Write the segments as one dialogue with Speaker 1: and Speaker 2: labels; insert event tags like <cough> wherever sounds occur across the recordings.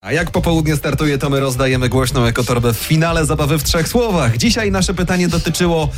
Speaker 1: A jak popołudnie startuje, to my rozdajemy głośną ekotorbę w finale zabawy w trzech słowach. Dzisiaj nasze pytanie dotyczyło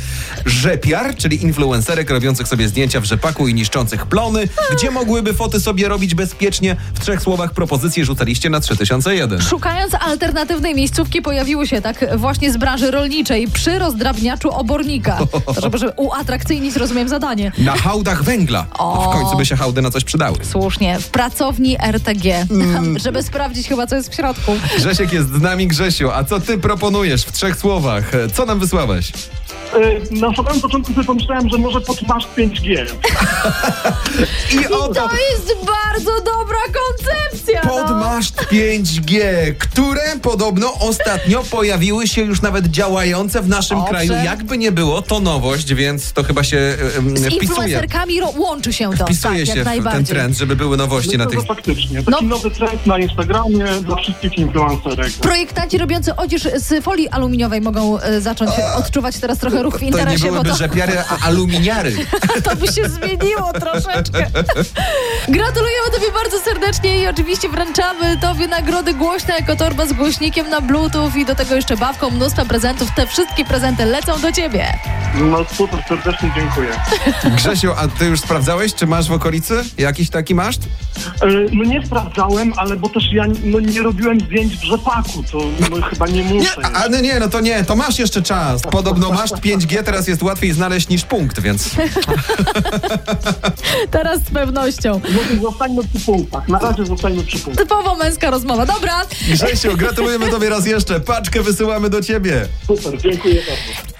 Speaker 1: rzepiar, czyli influencerek robiących sobie zdjęcia w rzepaku i niszczących plony, gdzie mogłyby foty sobie robić bezpiecznie. W trzech słowach propozycje rzucaliście na 3001.
Speaker 2: Szukając alternatywnej miejscówki pojawiły się tak właśnie z branży rolniczej przy rozdrabniaczu obornika. To żeby, żeby uatrakcyjnić, rozumiem, zadanie.
Speaker 1: Na hałdach węgla. No
Speaker 2: O.
Speaker 1: W końcu by się hałdy na coś przydały.
Speaker 2: Słusznie, w pracowni RTG,
Speaker 1: Mm.
Speaker 2: <laughs> żeby sprawdzić chyba, co jest w środku.
Speaker 1: Grzesiek jest z nami, Grzesiu. A co ty proponujesz w trzech słowach? Co nam wysłałeś?
Speaker 3: Y, Na samym początku sobie pomyślałem, że może pod masz 5G.
Speaker 1: I oto
Speaker 2: To jest bardzo dobra koncepcja! no.
Speaker 1: Podmaszt 5G, które podobno ostatnio pojawiły się już nawet działające w naszym
Speaker 2: Owszem.
Speaker 1: kraju. Jakby nie było, to nowość, więc to chyba się em,
Speaker 2: Z
Speaker 1: wpisuje.
Speaker 2: influencerkami ro- łączy się to.
Speaker 1: Wpisuje
Speaker 2: tak,
Speaker 1: się
Speaker 2: jak
Speaker 1: w ten
Speaker 2: najbardziej.
Speaker 1: trend, żeby były nowości na tych.
Speaker 3: To faktycznie. Taki
Speaker 2: No.
Speaker 3: nowy trend na Instagramie dla wszystkich influencerek.
Speaker 2: Projektanci robiący odzież z folii aluminiowej mogą e, zacząć odczuwać teraz trochę ruch w
Speaker 1: To nie
Speaker 2: interesie, bo
Speaker 1: byłyby
Speaker 2: to...
Speaker 1: rzepiary, a aluminiary.
Speaker 2: <laughs> To by się zmieniło troszeczkę. Gratulujemy Tobie bardzo serdecznie i oczywiście wręczamy Tobie nagrody głośne jako torba z głośnikiem na Bluetooth i do tego jeszcze bawką mnóstwa prezentów. Te wszystkie prezenty lecą do Ciebie.
Speaker 3: No super, serdecznie dziękuję.
Speaker 1: Grzesiu, a ty już sprawdzałeś, czy masz w okolicy jakiś taki maszt?
Speaker 3: Y, No nie sprawdzałem, ale bo też ja no, nie robiłem zdjęć w rzepaku, to no, chyba nie
Speaker 1: Nie,
Speaker 3: muszę.
Speaker 1: a, no nie, no to nie, to masz jeszcze czas. Podobno maszt 5G teraz jest łatwiej znaleźć niż punkt, więc
Speaker 2: Teraz z pewnością.
Speaker 3: No to zostańmy przy punktach. Na razie zostańmy przy punktach.
Speaker 2: Typowo męska rozmowa. Dobra.
Speaker 1: Grzesiu, gratulujemy tobie raz jeszcze. Paczkę wysyłamy do ciebie.
Speaker 3: Super, dziękuję bardzo.